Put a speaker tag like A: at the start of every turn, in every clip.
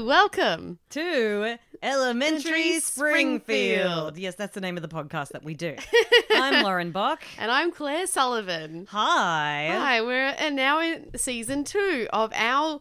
A: Welcome.
B: uh, to Elementary
A: Elementary
B: Springfield.
A: Springfield.
B: Yes, that's the name of the podcast that we do. I'm Lauren Bach.
A: And I'm Claire Sullivan.
B: Hi.
A: Hi, we're and now in season two of our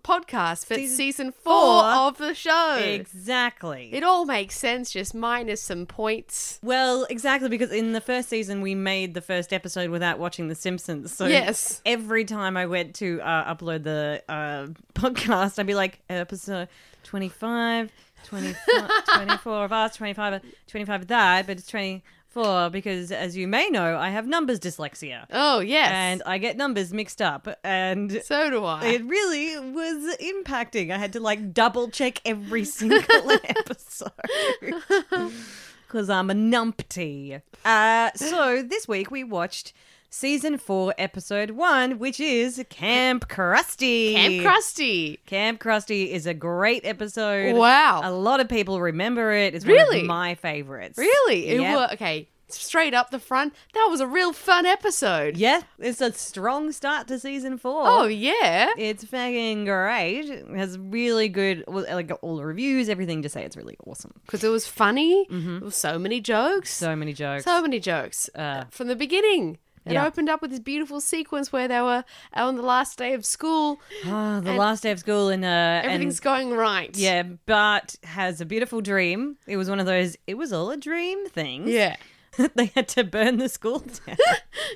A: podcast, but
B: Season
A: season, four,
B: four.
A: of the show.
B: Exactly.
A: It all makes sense, just minus some points.
B: well, exactly, because in the first season, we made the first episode without watching The Simpsons. So
A: Yes.
B: every time I went to uh, upload the uh, podcast, I'd be like, episode 25, 24, 24 of us, 25, of- 25 of that, but it's 24 because, as you may know, I have numbers dyslexia.
A: Oh yes.
B: and I get numbers mixed up, and
A: so do I.
B: it really was impacting. I had to like double check every single episode because I'm a numpty. Uh, so this week we watched season four, episode one, which is Camp Krusty.
A: Camp Krusty.
B: Camp Krusty is a great episode.
A: Wow.
B: A lot of people remember it. It's one
A: Really?
B: of my favorites.
A: Really? It
B: Yep.
A: wa- okay. Straight up the front. That was a real fun episode.
B: Yeah, it's a strong start to season four.
A: Oh yeah.
B: It's fucking great. It has really good, like all the reviews, everything to say it's really awesome.
A: Because it was funny. There was so many jokes.
B: Mm-hmm. So many jokes.
A: So many jokes
B: Uh,
A: from the beginning. It
B: yeah.
A: opened up with this beautiful sequence where they were on the last day of school.
B: Ah, the
A: and-
B: last day of school and uh,
A: Everything's
B: and
A: going right.
B: yeah, Bart has a beautiful dream. It was one of those. It was all a dream thing.
A: Yeah.
B: they had to burn the school down.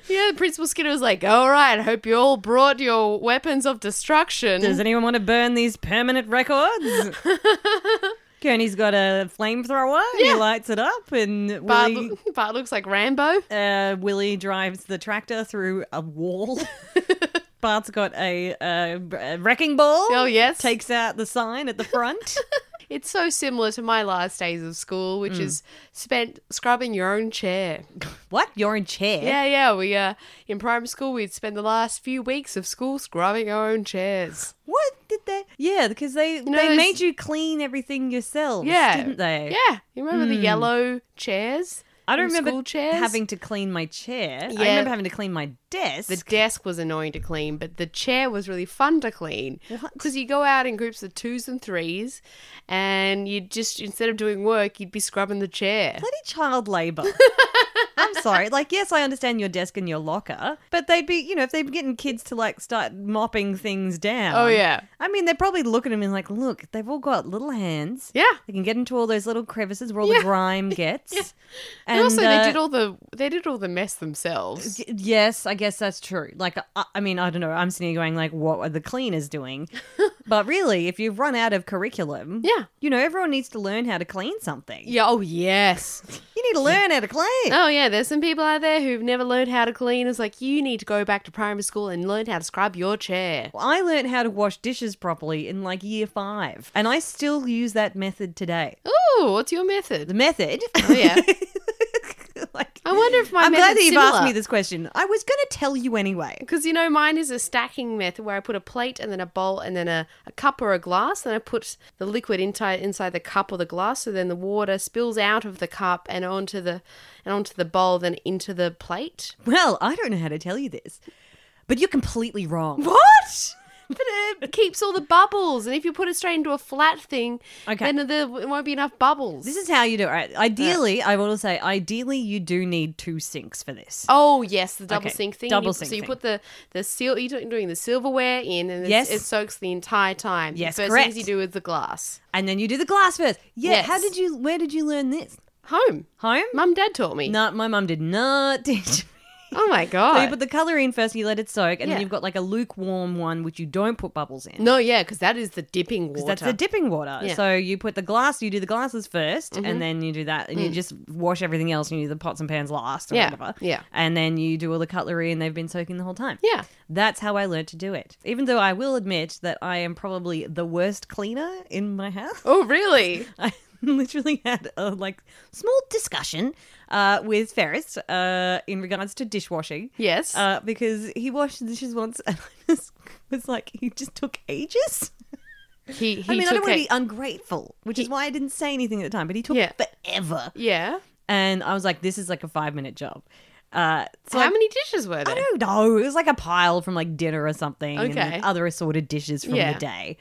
A: Yeah, Principal Skinner was like, all right, I hope you all brought your weapons of destruction.
B: Does anyone want to burn these permanent records? Kearney's got a flamethrower. He
A: Yeah.
B: lights it up, and
A: Bart,
B: Willie,
A: loo- Bart looks like Rambo.
B: uh, Willie drives the tractor through a wall. Bart's got a, uh, b- a wrecking ball.
A: Oh, yes.
B: Takes out the sign at the front.
A: It's so similar to my last days of school,
B: Mm.
A: which is spent scrubbing your own chair.
B: what? You're in chair.
A: Yeah, yeah. We uh, in primary school, we'd spend the last few weeks of school scrubbing our own chairs.
B: What did they? Yeah, because they
A: know
B: they
A: those-
B: made you clean everything yourselves.
A: Yeah,
B: didn't they? Hmm.
A: Yeah, you remember the yellow chairs?
B: I don't
A: From
B: remember
A: school chairs?
B: having to clean my chair. I
A: Yeah.
B: remember having to clean my desk.
A: The desk was annoying to clean, but the chair was really fun to clean.
B: What?
A: Because you go out in groups of twos and threes, and you just, instead of doing work, you'd be scrubbing the chair.
B: Bloody child labor. I'm sorry. Like, yes, I understand your desk and your locker, but they'd be, you know, if they'd be getting kids to like start mopping things down.
A: Oh, yeah.
B: I mean, they're probably looking at me like, look, they've all got little hands.
A: Yeah.
B: They can get into all those little crevices where all the
A: Yeah.
B: grime gets.
A: And, also,
B: uh,
A: they did all the they did all the mess themselves.
B: y- Yes, I guess that's true. Like, I, I mean, I don't know. I'm sitting here going, like, what are the cleaners doing? but really, if you've run out of curriculum,
A: Yeah.
B: you know, everyone needs to learn how to clean something.
A: Yeah. Oh yes.
B: You need to learn how to clean.
A: Oh yeah. There's some people out there who've never learned how to clean. It's like you need to go back to primary school and learn how to scrub your chair.
B: Well, I learned how to wash dishes properly in like year five, and I still use that method today.
A: Oh, what's your
B: The
A: method?
B: method.
A: Oh yeah.
B: like,
A: I wonder if my
B: I'm glad that
A: method's
B: you've
A: similar.
B: asked me this question. I was going to tell you anyway.
A: Because you know, mine is a stacking method where I put a plate and then a bowl and then a, a cup or a glass, and I put the liquid inside inside the cup or the glass, so then the water spills out of the cup and onto the and onto the bowl, then into the plate.
B: Well, I don't know how to tell you this, but you're completely wrong.
A: What? But it keeps all the bubbles, and if you put it straight into a flat thing,
B: Okay.
A: then there won't be enough bubbles.
B: This is how you do it. Right? Ideally, I will say, ideally, you do need two sinks for this.
A: Oh yes, the double
B: Okay,
A: sink thing.
B: double
A: You-
B: sink
A: So you
B: thing.
A: put the the seal. You're doing the silverware in, and it's,
B: Yes.
A: it soaks the entire time.
B: Yes,
A: the first
B: correct.
A: things you do is the glass.
B: And then you do the glass first. Yeah. How
A: Yes.
B: did you? Where did you learn this?
A: Home.
B: Home?
A: Mum, dad taught me.
B: No, my mum did not teach me.
A: Oh my
B: So you
A: god.
B: put the colour in first and you let it soak, and then
A: Yeah.
B: you've got like a lukewarm one which you don't put bubbles in.
A: no, yeah, because that is the dipping water.
B: That's the dipping water.
A: Yeah. Mm-hmm.
B: So you put the glass, you do the glasses 1st and then you do that, and you just wash everything else, and you do the pots and pans last or
A: Mm. Yeah.
B: whatever.
A: Yeah.
B: And then you do all the cutlery, and they've been soaking the whole time.
A: yeah.
B: That's how I learned to do it. Even though I will admit that I am probably the worst cleaner in my house.
A: Oh really?
B: I literally had a like small discussion uh, with Ferris uh, in regards to dishwashing.
A: Yes.
B: Uh, because he washed the dishes once and I just was like, he just took ages.
A: he he
B: I mean, I
A: took
B: don't want to
A: a-
B: be ungrateful, which is why I didn't say anything at the time, but he took
A: Yeah.
B: forever.
A: Yeah.
B: And I was like, this is like a five minute job. Uh, so
A: How
B: I,
A: many dishes were
B: I
A: there?
B: don't know. It was like a pile from like dinner or something and
A: Okay.
B: like, other assorted dishes from
A: Yeah.
B: the day.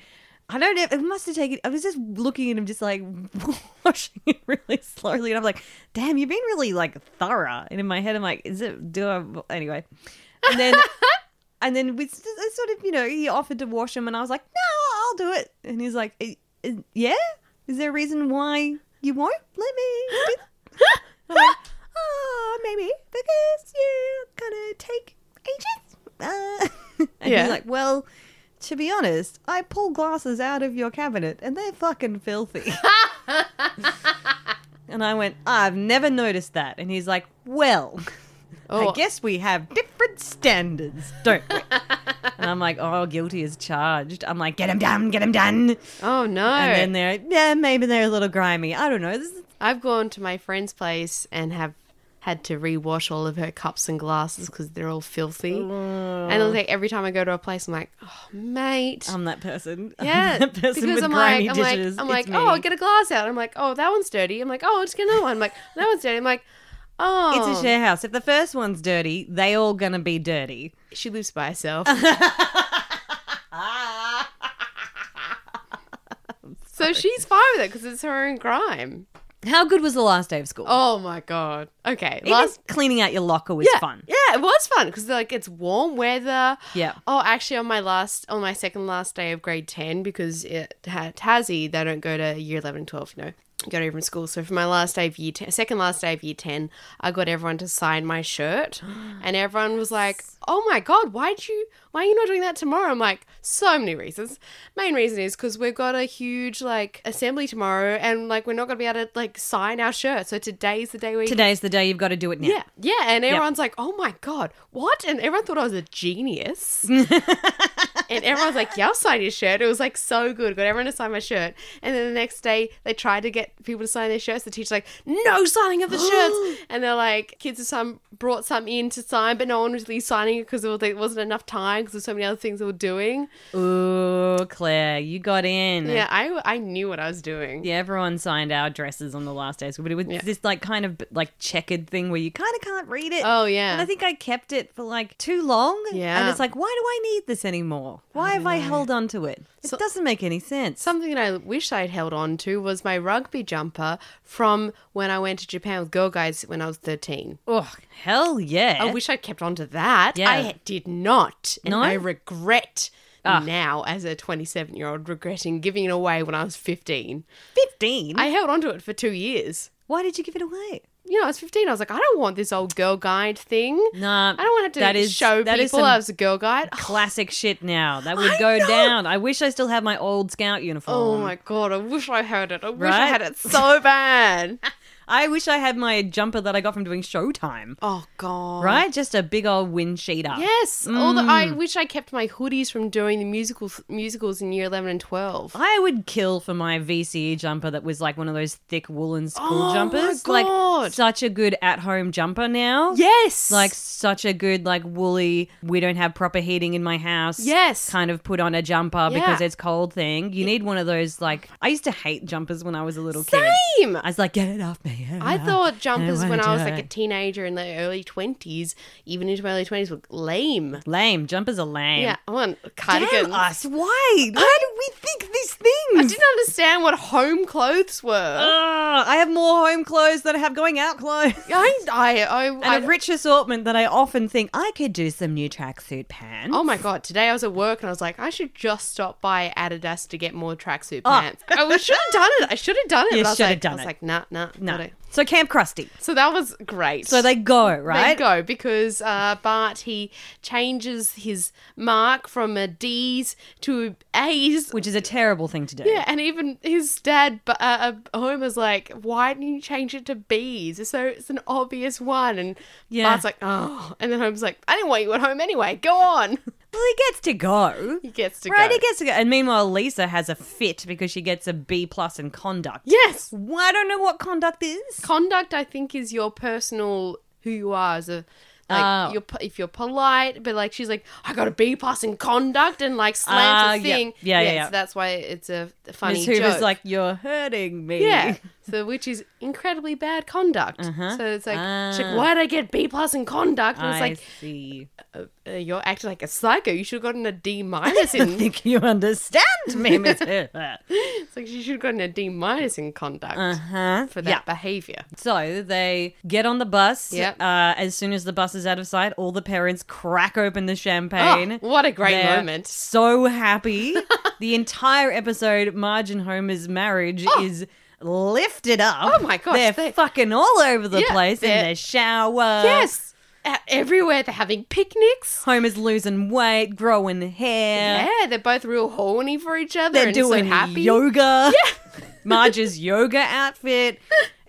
B: I don't know. It must have taken. I was just looking at him, just like washing it really slowly, and I'm like, "Damn, you've been really like thorough." And in my head, I'm like, "Is it do I anyway?" And then, and then we s- s- sort of, you know, he offered to wash him, and I was like, "No, I'll do it." And he's like, "I- I- "Yeah, is there a reason why you won't let me?" Do that?" I'm like, "Oh, maybe because you're gonna take ages." Uh, and
A: Yeah.
B: he's like, "Well." To be honest, I pull glasses out of your cabinet and they're fucking filthy. and I went, I've never noticed that. And he's like, Well,
A: Oh.
B: I guess we have different standards, don't we? and I'm like, Oh, guilty is charged. I'm like, Get him done, get him done.
A: Oh no.
B: And then they're, Yeah, maybe they're a little grimy. I don't know. This is
A: I've gone to my friend's place and have had to rewash all of her cups and glasses because they're all filthy.
B: Oh.
A: And it's like every time I go to a place, I'm like, oh, mate.
B: I'm that person. I'm
A: yeah,
B: Um, that person with
A: I'm
B: grimy
A: like, I'm like,
B: dishes.
A: I'm
B: It's
A: like,
B: me.
A: oh, I'll get a glass out. I'm like, oh, that one's dirty. I'm like, oh, I'll just get another one. I'm like, that one's dirty. I'm like, oh,
B: It's a share house. If the first one's dirty, they all gonna be dirty.
A: she lives by herself. so she's fine with it because it's her own crime.
B: How good was the last day of school?
A: Oh my god. Okay,
B: Even cleaning out your locker was
A: yeah,
B: fun.
A: Yeah, it was fun because like it's warm weather.
B: Yeah.
A: Oh, actually, on my last, on my second last day of grade ten, because it had Tassie, they don't go to year 11 and 12, you know, go to from school. So for my last day of year 10, second last day of year 10, I got everyone to sign my shirt, and everyone was like, "Oh my god, why'd you? Why are you not doing that tomorrow?" I'm like, so many reasons. Main reason is because we've got a huge like assembly tomorrow, and like we're not gonna be able to like sign our shirt. So today's the day we
B: Today's the day you've got to do it now.
A: yeah, yeah, and everyone's like, "Oh my god, what?" And everyone thought I was a genius. and everyone's like, "Yeah, I'll sign your shirt." It was like so good. Got everyone to sign my shirt, and then the next day they tried to get people to sign their shirts. The teacher's like, "No signing of the shirts," and they're like, "Kids have some brought some in to sign, but no one was really signing it because there wasn't enough time because there's so many other things they were doing."
B: Ooh, Claire, you got in.
A: Yeah, I I knew what I was doing.
B: Yeah, everyone signed our dresses on the last day of school, but it was this like kind of like checkered thing where you kind of can't read it.
A: Oh yeah.
B: And I think I kept it for like too long.
A: Yeah.
B: And it's like, why do I need this anymore? Why have I held on to it? It doesn't make any sense.
A: Something that I wish I'd held on to was my rugby jumper from when I went to Japan with Girl Guides when I was 13.
B: oh, hell yeah.
A: I wish I'd kept on to that.
B: Yeah.
A: I did not. And
B: No? Ah.
A: I regret now, as a 27 year old, regretting giving it away when I was 15.
B: 15.
A: I held on to it for two years.
B: why did you give it away?
A: You know, I was 15. I was like, I don't want this old girl guide thing.
B: Nah,
A: I don't want to have
B: that
A: to
B: is-
A: show
B: that is
A: people
B: some
A: I was a girl guide.
B: Classic shit now. That would
A: I
B: go
A: know.
B: down. I wish I still had my old scout uniform.
A: Oh my God, I wish I had it. I wish I
B: Right?
A: had it so bad.
B: I wish I had my jumper that I got from doing Showtime.
A: oh, God.
B: Right? Mm. Just a big old wind sheet up.
A: Yes, although I wish I kept my hoodies from doing the musical musicals in year eleven and twelve.
B: I would kill for my VCE jumper that was like one of those thick woolen school
A: Oh my
B: jumpers. Like
A: God.
B: such a good at-home jumper now.
A: Yes,
B: Like such a good like woolly. We don't have proper heating in my house.
A: Yes.
B: kind of put on a jumper because
A: Yeah.
B: it's cold thing. You need one of those like I used to hate jumpers when I was a little kid.
A: same.
B: I was like, get it off me. get it
A: I
B: off
A: thought jumpers
B: wanna
A: when I was
B: do
A: like a
B: it.
A: teenager in the early twenties, even into my early twenties, were lame.
B: lame jumpers are lame.
A: Yeah, I want
B: Damn
A: cardigans.
B: us! Why? Why do we think these things?
A: I didn't understand what home clothes were.
B: Uh, Ugh, I have more home clothes than I have going out clothes.
A: I, I, I, I-
B: And a rich assortment that I often think I could do some new tracksuit pants.
A: Oh my god! Today I was at work and I was like, I should just stop by Adidas to get more tracksuit pants. I should have done it. I should have done it.
B: Oh. You
A: but I was
B: should have
A: like-
B: done
A: I was
B: it.
A: like, nah, nah,
B: no.
A: gotta-
B: So Camp Krusty.
A: So that was great.
B: So they go right.
A: They go because uh, Bart he changes his mark from a D's to a A's.
B: which is a terrible thing to do.
A: Yeah, and even his dad, Bu- uh, uh, Homer's like, "Why didn't you change it to B's? It's So it's an obvious one." And
B: Yeah.
A: Bart's like, "Oh," and then Homer's like, "I didn't want you at home anyway. Go on."
B: Well, he gets to go.
A: He gets to
B: Right,
A: go.
B: he gets to go. And meanwhile, Lisa has a fit because she gets a B plus in conduct.
A: Yes,
B: Well, I don't know what conduct is.
A: conduct I think is your personal who you are as a. Like
B: Oh.
A: you're, po- if you're polite, but like she's like, I got a B plus in conduct and like slams
B: Ah,
A: the
B: yeah.
A: thing.
B: Yeah, yeah, yeah.
A: so that's why it's a funny
B: Miss Hoover's
A: joke.
B: like, "You're hurting me."
A: Yeah. So, which is incredibly bad conduct. So it's like, she's like, why'd I get B plus in conduct? And it's
B: Uh-huh. Ah. I
A: like,
B: see.
A: uh, you're acting like a psycho. You should have gotten a D minus in.
B: think you understand me, Miss Hoover.
A: it's like she should have gotten a D minus in conduct
B: Uh-huh.
A: for that
B: Yeah.
A: behavior.
B: So they get on the bus.
A: Yep.
B: Uh, as soon as the bus is out of sight, all the parents crack open the champagne.
A: Oh, what a great
B: They're
A: moment.
B: So happy. the entire episode, Marge and Homer's marriage is lifted up.
A: Oh my gosh,
B: They're
A: they-
B: fucking all over the
A: Yeah,
B: place in
A: they're-
B: their shower.
A: Yes, Uh, everywhere they're having picnics.
B: Homer's losing weight, growing hair.
A: Yeah, they're both real horny for each other.
B: They're
A: and
B: doing
A: so happy.
B: yoga. Yeah. Marge's yoga outfit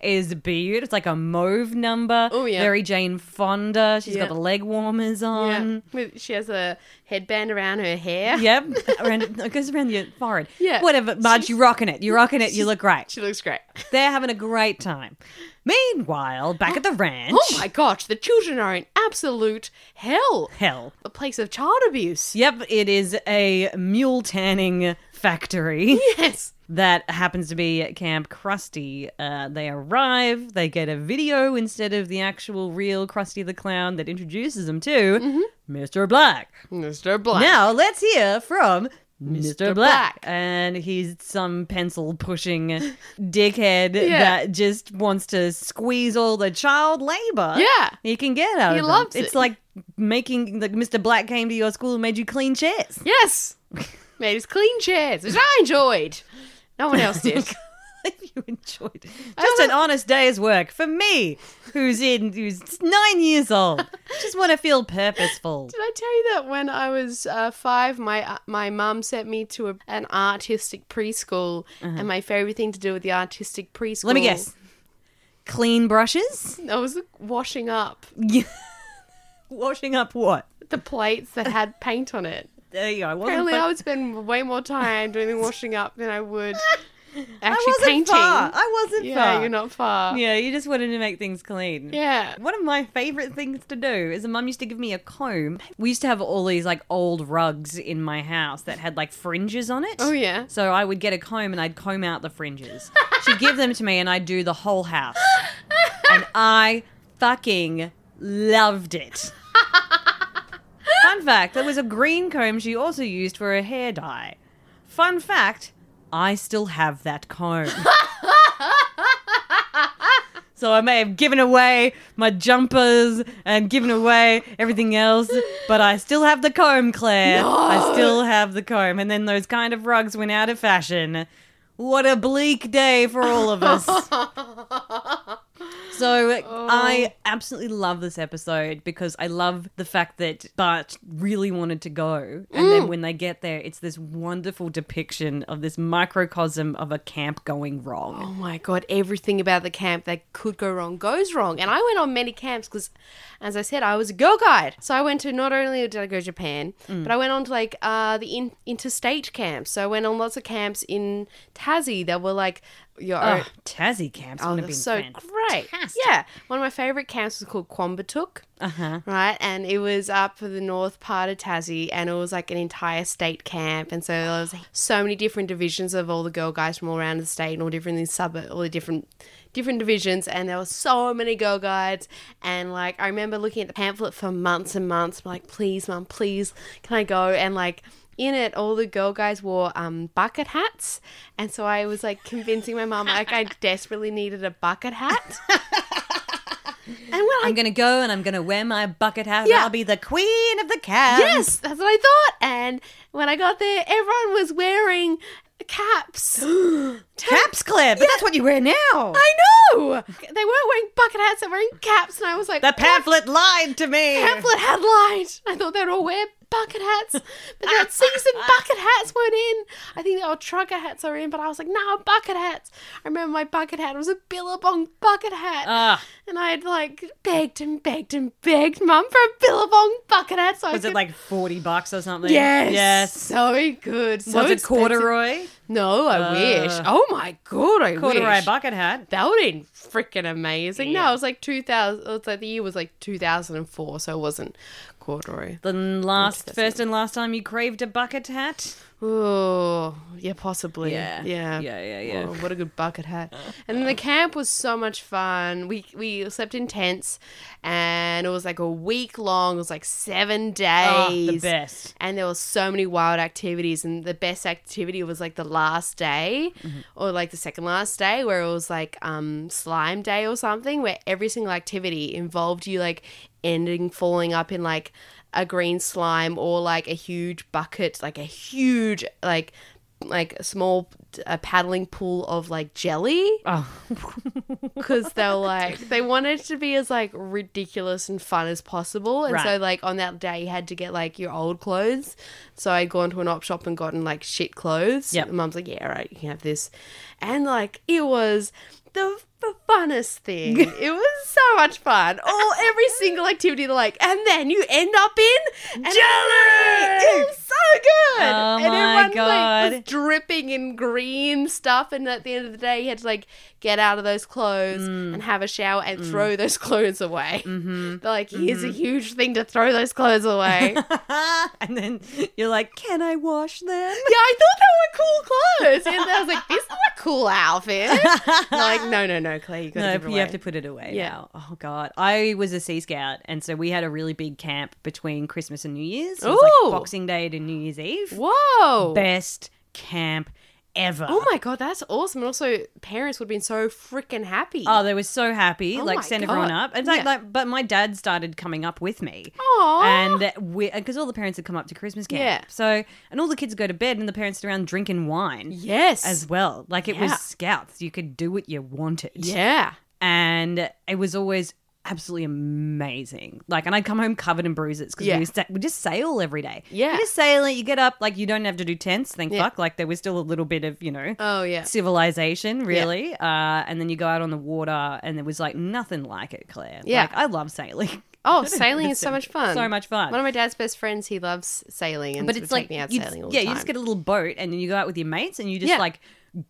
B: is beautiful. It's like a mauve number.
A: Oh, yeah.
B: Mary Jane Fonda. She's
A: Yeah.
B: got the leg warmers
A: yeah,
B: on.
A: With, she has a headband around her hair.
B: Yep. around, no, it goes around your forehead.
A: Yeah.
B: Whatever. Marge, you're rocking it. You're rocking it. You look great.
A: she looks great.
B: They're having a great time. Meanwhile, back at the ranch.
A: Oh my gosh, the children are in absolute hell.
B: Hell.
A: A place of child abuse.
B: Yep, it is a mule tanning factory.
A: Yes.
B: that happens to be at Camp Krusty. Uh, they arrive, they get a video instead of the actual real Krusty the Clown that introduces them to Mr. Black.
A: Mr. Mm-hmm. Black.
B: Now, let's hear from Mr.
A: Mr.
B: Black.
A: Black.
B: And he's some pencil pushing dickhead
A: Yeah.
B: that just wants to squeeze all the child labor.
A: Yeah.
B: He can get out
A: He
B: of them.
A: loves
B: It's
A: it.
B: like making like Mr. Black came to your school and made you clean chairs.
A: Yes. Made his clean chairs, which I enjoyed. No one else did.
B: you enjoyed just an honest day's work for me who's in who's nine years old just want to feel purposeful
A: Did I tell you that when I was uh, five, my uh, my mum sent me to a, an artistic preschool, and my favorite thing to do with the artistic preschool.
B: Uh-huh. let me guess clean brushes
A: I was washing up
B: washing up what
A: the plates that had paint on it.
B: there you go i wasn't,
A: Apparently,
B: fa-
A: I would spend way more time doing the washing up than I would actually
B: I wasn't
A: painting.
B: far i wasn't
A: Yeah,
B: far
A: you're not far. Yeah.
B: yeah you just wanted to make things clean One of my favorite things to do is a mum used to give me a comb. We used to have all these like old rugs in my house that had like fringes on it.
A: Oh, yeah.
B: So I would get a comb and I'd comb out the fringes. She'd give them to me and I'd do the whole house. And I fucking loved it. Fun fact, there was a green comb she also used for her hair dye. Fun fact, I still have that comb. So I may have given away my jumpers and given away everything else, but I still have the comb, Claire. I still have the comb. And then those kind of rugs went out of fashion. What a bleak day for all of us.
A: Oh
B: So I absolutely love this episode because I love the fact that Bart really wanted to go. And
A: Mm.
B: then when they get there, it's this wonderful depiction of this microcosm of a camp going wrong.
A: Oh my god, everything about the camp that could go wrong goes wrong. And I went on many camps because, as I said, I was a girl guide. So I went to not only did I go to Japan, but I went on to like uh, the in- interstate camps. So I went on lots of camps in Tassie that were like your own.
B: Oh, Tassie camps would
A: Oh,
B: have
A: they're
B: been
A: so great.
B: fantastic.
A: Yeah. One of my favorite camps was called Quambatook.
B: Uh-huh.
A: right? And it was up for the north part of Tassie, and it was like an entire state camp, and so there was so many different divisions of all the girl guys from all around the state, and all different these suburb, all the different different divisions, and there were so many girl guides, and like I remember looking at the pamphlet for months and months, like please, mum, please, can I go? And like. In it, all the girl guys wore um, bucket hats, and so I was like convincing my mum like I desperately needed a bucket hat. and when I
B: I'm gonna go and I'm gonna wear my bucket hat. and
A: Yeah.
B: I'll be the queen of the camp.
A: Yes, that's what I thought. And when I got there, everyone was wearing caps.
B: caps clip. But that's what you wear now.
A: I know they weren't wearing bucket hats; they were wearing caps. And I was like,
B: the pamphlet lied to me.
A: pamphlet had lied. I thought they'd all wear bucket hats, but that season bucket hats weren't in. I think the old trucker hats are in, but I was like, no, bucket hats. I remember my bucket hat was a Billabong bucket hat.
B: Ah,
A: and I had like begged and begged and begged mum for a Billabong bucket hat. So I
B: was it
A: could-
B: like forty bucks or something?
A: Yes.
B: Yes.
A: So good. So
B: was it
A: expensive.
B: corduroy?
A: No, I wish.
B: Uh,
A: Oh my god, I
B: Corduroy
A: wish.
B: bucket hat.
A: that would have been freaking amazing.
B: Yeah.
A: No, it was like 2000. It was like the year was like 2004, so it wasn't corduroy.
B: The last,
A: Interesting.
B: first and last time you craved a bucket hat.
A: Oh, yeah, possibly.
B: Yeah.
A: yeah,
B: Yeah, yeah, yeah.
A: Oh, what a good bucket hat! And the camp was so much fun. We we slept in tents, and it was like a week long. It was like seven days.
B: Ah, the best.
A: And there were so many wild activities, and the best activity was like the last day, or like the second last day, where it was like um, slime day or something, where every single activity involved you like ending falling up in like a green slime or like a huge bucket, like a huge like like a small uh, paddling pool of like jelly
B: Oh,
A: because they were like they wanted to be as like ridiculous and fun as possible and so
B: Right.
A: like on that day you had to get like your old clothes so i'd gone to an op shop and gotten like shit clothes
B: Yep.
A: And mum's like yeah all right you can have this and like it was the, the funnest thing it was so much fun all every single activity they're like and then you end up in jelly it was so good
B: Oh
A: and
B: my
A: everyone like was
B: God.
A: dripping in green stuff and at the end of the day he had to like get out of those clothes
B: Mm.
A: and have a shower and throw those clothes away
B: Mm-hmm.
A: they're like here's a huge thing to throw those clothes away yeah
B: and then you're like, can I wash them?
A: i thought they were cool clothes and i was like this is a cool outfit They're like no no no claire you gotta
B: No,
A: give it
B: you
A: away.
B: have to put it away.
A: Yeah.
B: Yeah. Oh God, I was a Sea Scout, and so we had a really big camp between Christmas and New Year's. It was
A: Ooh.
B: like Boxing Day to New Year's Eve.
A: whoa
B: Best camp ever.
A: oh my god that's awesome and also parents would have been so freaking happy
B: Oh, they were so happy.
A: Oh my
B: like send everyone
A: God.
B: up. And like,
A: Yeah.
B: like, but my dad started coming up with me.
A: Aw.
B: And we, because all the parents had come up to Christmas camp,
A: Yeah.
B: So, and all the kids go to bed, and the parents sit around drinking wine
A: yes
B: as well. Like it
A: Yeah.
B: was scouts; you could do what you wanted.
A: yeah
B: and it was always absolutely amazing. Like, and I'd come home covered in bruises because
A: Yeah.
B: we, used to- we just sail every day.
A: Yeah.
B: we just sail it. You get up, like you don't have to do tents. Thank
A: Yeah.
B: fuck. Like there was still a little bit of you know
A: oh yeah
B: civilization, really. Uh, and then you go out on the water, and there was like nothing like it, Claire.
A: Yeah.
B: like, I love sailing.
A: Oh, sailing is so much fun.
B: So much fun.
A: One of my dad's best friends, he loves sailing, and
B: but it's like
A: me out
B: you
A: sailing all the
B: yeah,
A: time.
B: you just get a little boat, and then you go out with your mates, and you just
A: Yeah.
B: like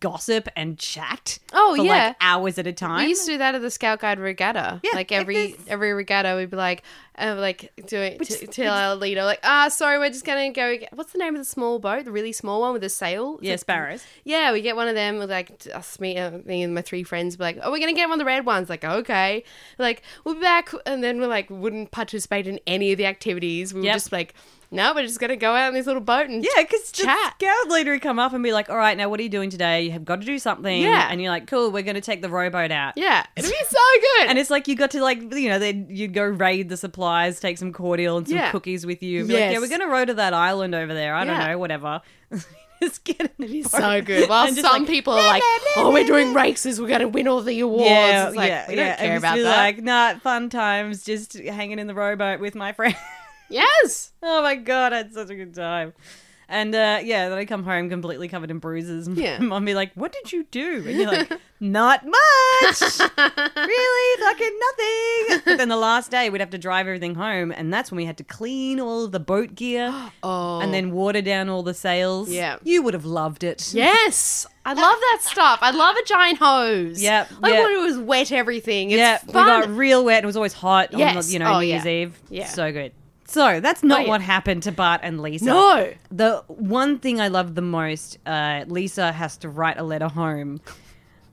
B: gossip and chat.
A: Oh,
B: for,
A: yeah.
B: like hours at a time.
A: we used to do that at the Scout Guide Regatta.
B: Yeah,
A: like
B: like
A: every
B: this.
A: every regatta, we'd be like, uh, like doing t- tell our leader, like, ah, sorry, we're just gonna go. Get, what's the name of the small boat, the really small one with the sail? It's
B: yeah,
A: like-
B: sparrows.
A: Yeah, we get one of them. With like t- us, me, uh, me and my three friends. Be like, oh, we're gonna get one of the red ones. Like, okay, like we'll be back, and then we're like, wouldn't participate in any of the activities. We were
B: Yep.
A: just like, no, we're just gonna go out in this little boat and
B: Yeah, because
A: Chat.
B: chat. The scout leader would come up and be like, "All right, now what are you doing today? You have got to do something."
A: Yeah.
B: and you're like, "Cool, we're going to take the rowboat out."
A: Yeah, it'd be so good.
B: And it's like you got to like you know then you'd go raid the supplies, take some cordial and some
A: Yeah.
B: cookies with you. Be like,
A: Yes.
B: yeah, we're gonna row to that island over there. I
A: Yeah.
B: don't know, whatever. Just get in the
A: It's
B: boat
A: so good. While
B: and just,
A: some
B: like,
A: people are like, "Oh, we're doing races. We're going to win all the awards."
B: yeah,
A: it's like,
B: yeah,
A: we
B: yeah.
A: don't care
B: and just
A: about
B: be
A: that.
B: Like, nah, fun times, just hanging in the rowboat with my friends.
A: yes,
B: Oh my god, I had such a good time. And uh, yeah, then I come home completely covered in bruises.
A: Yeah.
B: Mom be like, What did you do? And you're like, Not much. really? Fucking nothing. But then the last day, we'd have to drive everything home. And that's when we had to clean all of the boat gear
A: oh,
B: and then water down all the sails.
A: Yeah.
B: You would have loved it.
A: yes, I love that stuff. I love a giant hose.
B: Yep,
A: I
B: yep.
A: want to just wet everything. It's
B: Yeah, we
A: fun.
B: got real wet. It was always hot on
A: Yes.
B: the, you know,
A: Oh,
B: New
A: yeah.
B: Year's Eve.
A: Yeah. Oh,
B: So good. So that's not
A: yeah.
B: what happened to Bart and Lisa.
A: no,
B: The one thing I love the most, uh, Lisa has to write a letter home.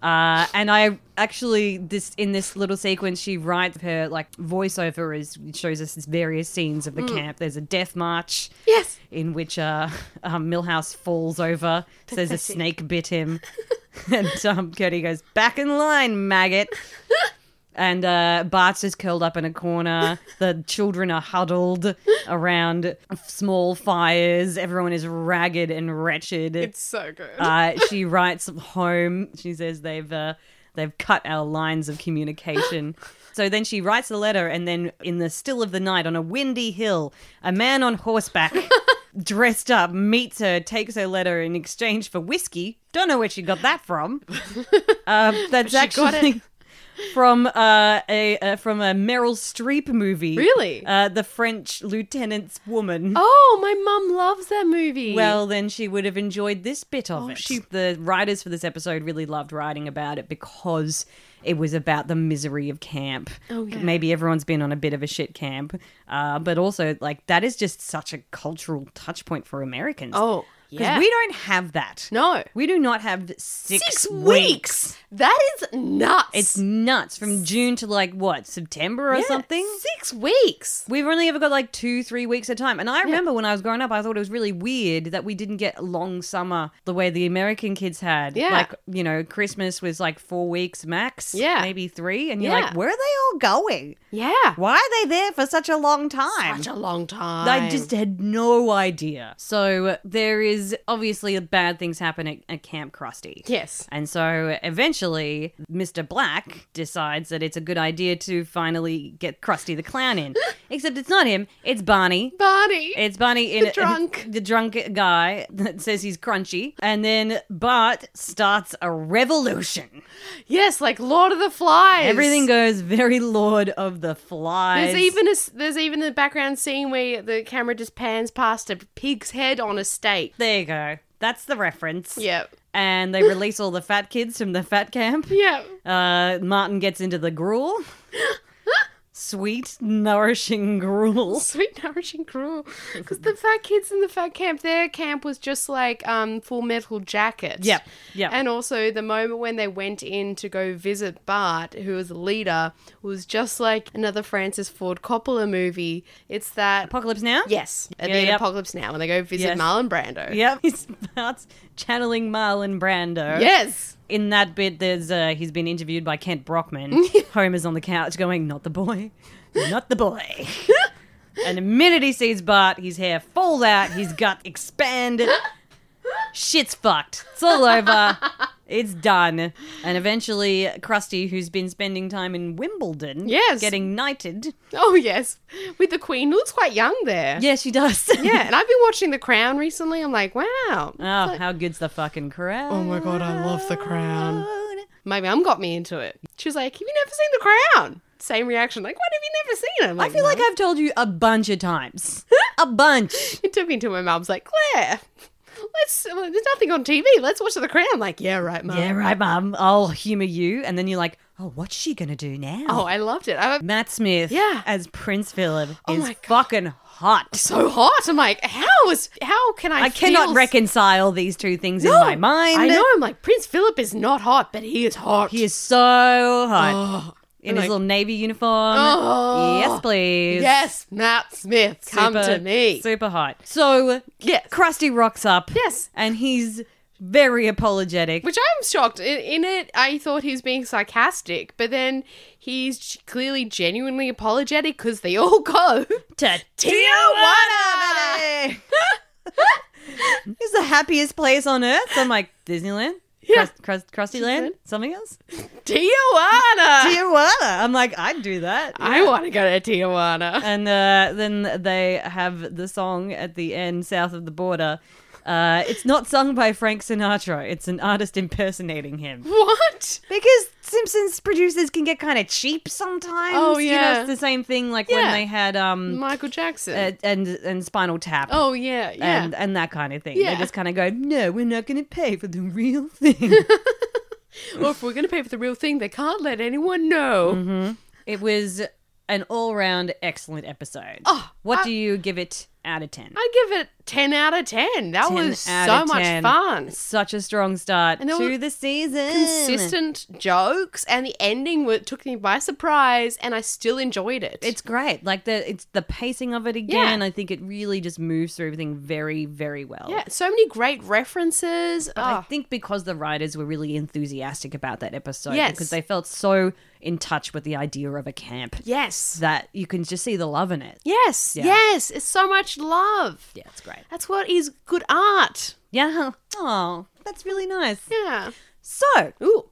B: Uh, and I actually this in this little sequence she writes her like voiceover is shows us various scenes of the camp. There's a death march
A: yes,
B: in which uh, um, Millhouse falls over, says a
A: Pathetic.
B: snake bit him, and um, Cody goes back in line, maggot. And uh, Bart's just curled up in a corner. The children are huddled around small fires. Everyone is ragged and wretched.
A: it's so good.
B: Uh, she writes home. She says they've uh, they've cut our lines of communication. So then she writes a letter, and then in the still of the night, on a windy hill, a man on horseback, dressed up, meets her, takes her letter in exchange for whiskey. Don't know where she got that from. Um, that's
A: She
B: actually
A: got
B: from uh, a uh, from a Meryl Streep movie.
A: Really?
B: uh, the French lieutenant's woman.
A: oh, my mum loves that movie.
B: Well, then she would have enjoyed this bit of it.
A: Oh, she-
B: The writers for this episode really loved writing about it because it was about the misery of camp.
A: Oh, yeah.
B: Maybe everyone's been on a bit of a shit camp, uh, but also like that is just such a cultural touch point for Americans.
A: oh,
B: Because
A: Yeah.
B: we don't have that.
A: No.
B: We do not have six,
A: Six
B: weeks.
A: weeks. That is nuts.
B: It's nuts from June to like what, September or
A: Yeah,
B: something?
A: Six weeks.
B: We've only ever got like two, three weeks at a time. And I remember when I was growing up, I thought it was really weird that we didn't get a long summer the way the American kids had.
A: Yeah.
B: Like, you know, Christmas was like four weeks max.
A: Yeah.
B: Maybe three. And you're
A: Yeah.
B: like, where are they all going?
A: Yeah.
B: Why are they there for such a long time?
A: Such a long time.
B: I just had no idea. So uh, there is obviously bad things happen at, at Camp Krusty.
A: Yes.
B: And so eventually, Mr. Black decides that it's a good idea to finally get Krusty the Clown in. Except it's not him, it's Barney.
A: Barney.
B: It's Barney in
A: The drunk.
B: the drunk guy that says he's crunchy. And then Bart starts a revolution.
A: yes, like Lord of the Flies.
B: Everything goes very Lord of the Flies.
A: There's even a s- there's even the background scene where the camera just pans past a pig's head on a stake.
B: There you go. That's the reference.
A: Yep.
B: And they release all the fat kids from the fat camp.
A: Yep.
B: Uh, Martin gets into the gruel. Sweet, nourishing gruel.
A: Sweet, nourishing, gruel. Because the fat kids in the fat camp, their camp was just like um, Full Metal Jacket.
B: Yep, yep.
A: And also the moment when they went in to go visit Bart, who was the leader, was just like another Francis Ford Coppola movie. It's that
B: Apocalypse Now?
A: yes, at
B: Yeah,
A: the
B: yep.
A: apocalypse now when they go visit
B: Yes.
A: Marlon Brando.
B: Yep. He starts channeling Marlon Brando.
A: Yes.
B: In that bit, there's uh, he's been interviewed by Kent Brockman. Homer's on the couch going, not the boy, not the boy. and the minute he sees Bart, his hair falls out, his gut expand. Shit's fucked. It's all over. It's done. And eventually, Krusty, who's been spending time in Wimbledon,
A: Yes.
B: getting knighted.
A: Oh yes, with the Queen who looks quite young there.
B: Yeah, she does.
A: Yeah, and I've been watching The Crown recently. I'm like, wow.
B: Oh, how good's the fucking crowd?
A: Oh my god, I love The Crown. My mum got me into it. She was like, "Have you never seen The Crown?" Same reaction. Like, what have you never seen it? I'm
B: I feel like
A: "No."
B: I've told you a bunch of times. a bunch.
A: it took me to my mum's. Like, Claire, let's. There's nothing on TV. Let's watch The Crown. I'm like, yeah, right, mum.
B: Yeah, right, Mum. I'll humor you. And then you're like, oh, what's she going to do now?
A: Oh, I loved it. I was
B: Matt Smith
A: Yeah.
B: as Prince Philip
A: Oh
B: is
A: my God.
B: fucking hot.
A: so hot. I'm like, how is? How can I?
B: I cannot
A: feel-
B: reconcile these two things in
A: No.
B: my mind.
A: I know. I'm like, Prince Philip is not hot, but he is hot.
B: He is so hot.
A: Oh.
B: in
A: I'm
B: his
A: like,
B: little navy uniform.
A: Oh.
B: Yes, please.
A: Yes, Matt Smith, come
B: Super-
A: to me.
B: Super hot. So
A: Yes.
B: Krusty rocks up.
A: Yes.
B: And he's very apologetic.
A: Which I'm shocked. In, in it, I thought he was being sarcastic, but then he's g- clearly genuinely apologetic because they all go.
B: to
A: Tijuana!
B: it's the happiest place on earth. So I'm like Disneyland,
A: Yeah.
B: Crust, crust, Krusty Land, something else.
A: Tijuana!
B: Tijuana. I'm like, I'd do that.
A: I want to go to Tijuana.
B: And uh, then they have the song at the end, south of the border. Uh, it's not sung by Frank Sinatra. It's an artist impersonating him.
A: What?
B: Because Simpsons producers can get kind of cheap sometimes.
A: Oh,
B: You know,
A: yeah.
B: it's the same thing like when
A: Yeah.
B: they had um
A: Michael Jackson.
B: uh, and and Spinal Tap.
A: oh, yeah, yeah.
B: And, and that kind of thing. They
A: Yeah.
B: just kind of go, no, we're not going to pay for the real thing.
A: or if we're going to pay for the real thing, they can't let anyone know.
B: Mm-hmm. it was an all round excellent episode.
A: Oh,
B: what
A: I-
B: do you give it out of 10?
A: I give it 10 out of 10. That
B: 10
A: was
B: out
A: so
B: of
A: much
B: 10.
A: fun.
B: Such a strong start
A: And there
B: to
A: were
B: the season.
A: Consistent jokes, and the ending wa- took me by surprise, and I still enjoyed it.
B: It's great. Like the it's the pacing of it again. I think it really just moves through everything very, very well.
A: Yeah, so many great references.
B: I
A: Oh,
B: think because the writers were really enthusiastic about that episode
A: Yes.
B: because they felt so in touch with the idea of a camp
A: yes.
B: that you can just see the love in it.
A: Yes.
B: Yeah.
A: Yes. It's so much love.
B: Yeah, it's great.
A: That's what is good art.
B: Yeah. Oh, that's really nice.
A: Yeah.
B: So,
A: Ooh.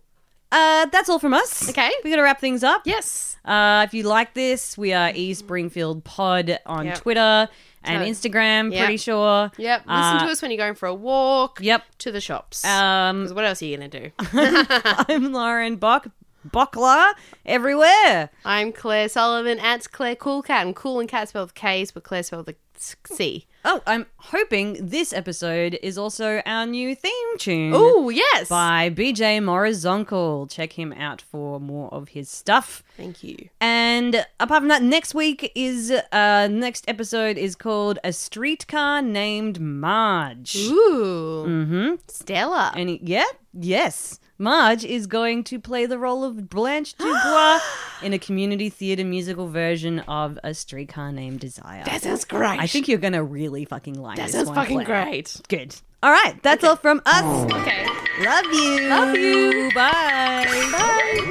B: uh, that's all from us.
A: Okay.
B: We're going to wrap things up.
A: Yes.
B: Uh, if you like this, we are E Springfield Pod on
A: Yep.
B: Twitter and
A: Totally.
B: Instagram,
A: Yep.
B: pretty sure.
A: Yep. Listen
B: Uh,
A: to us when you're going for a walk.
B: Yep.
A: To the shops.
B: Um,
A: 'Cause what else are you going to do?
B: I'm Lauren Bock, Bockler, everywhere.
A: I'm Claire Sullivan at Claire Cool Cat. And Cool and Cat spelled with K's, but Claire spelled with see.
B: Oh, I'm hoping this episode is also our new theme tune.
A: Oh, yes.
B: By BJ Morizonkel. Check him out for more of his stuff.
A: Thank you.
B: And apart from that, next week is uh next episode is called A Streetcar Named Marge.
A: Ooh.
B: Mm-hmm.
A: Stella.
B: And he- yeah, yes. Marge is going to play the role of Blanche Dubois in a community theatre musical version of A Streetcar Named Desire.
A: that sounds great.
B: I think you're gonna really fucking like
A: that
B: this
A: sounds
B: one,
A: fucking
B: Claire.
A: great.
B: Good. All right, that's all from us.
A: Okay.
B: Love you.
A: Love you.
B: Bye.
A: Bye.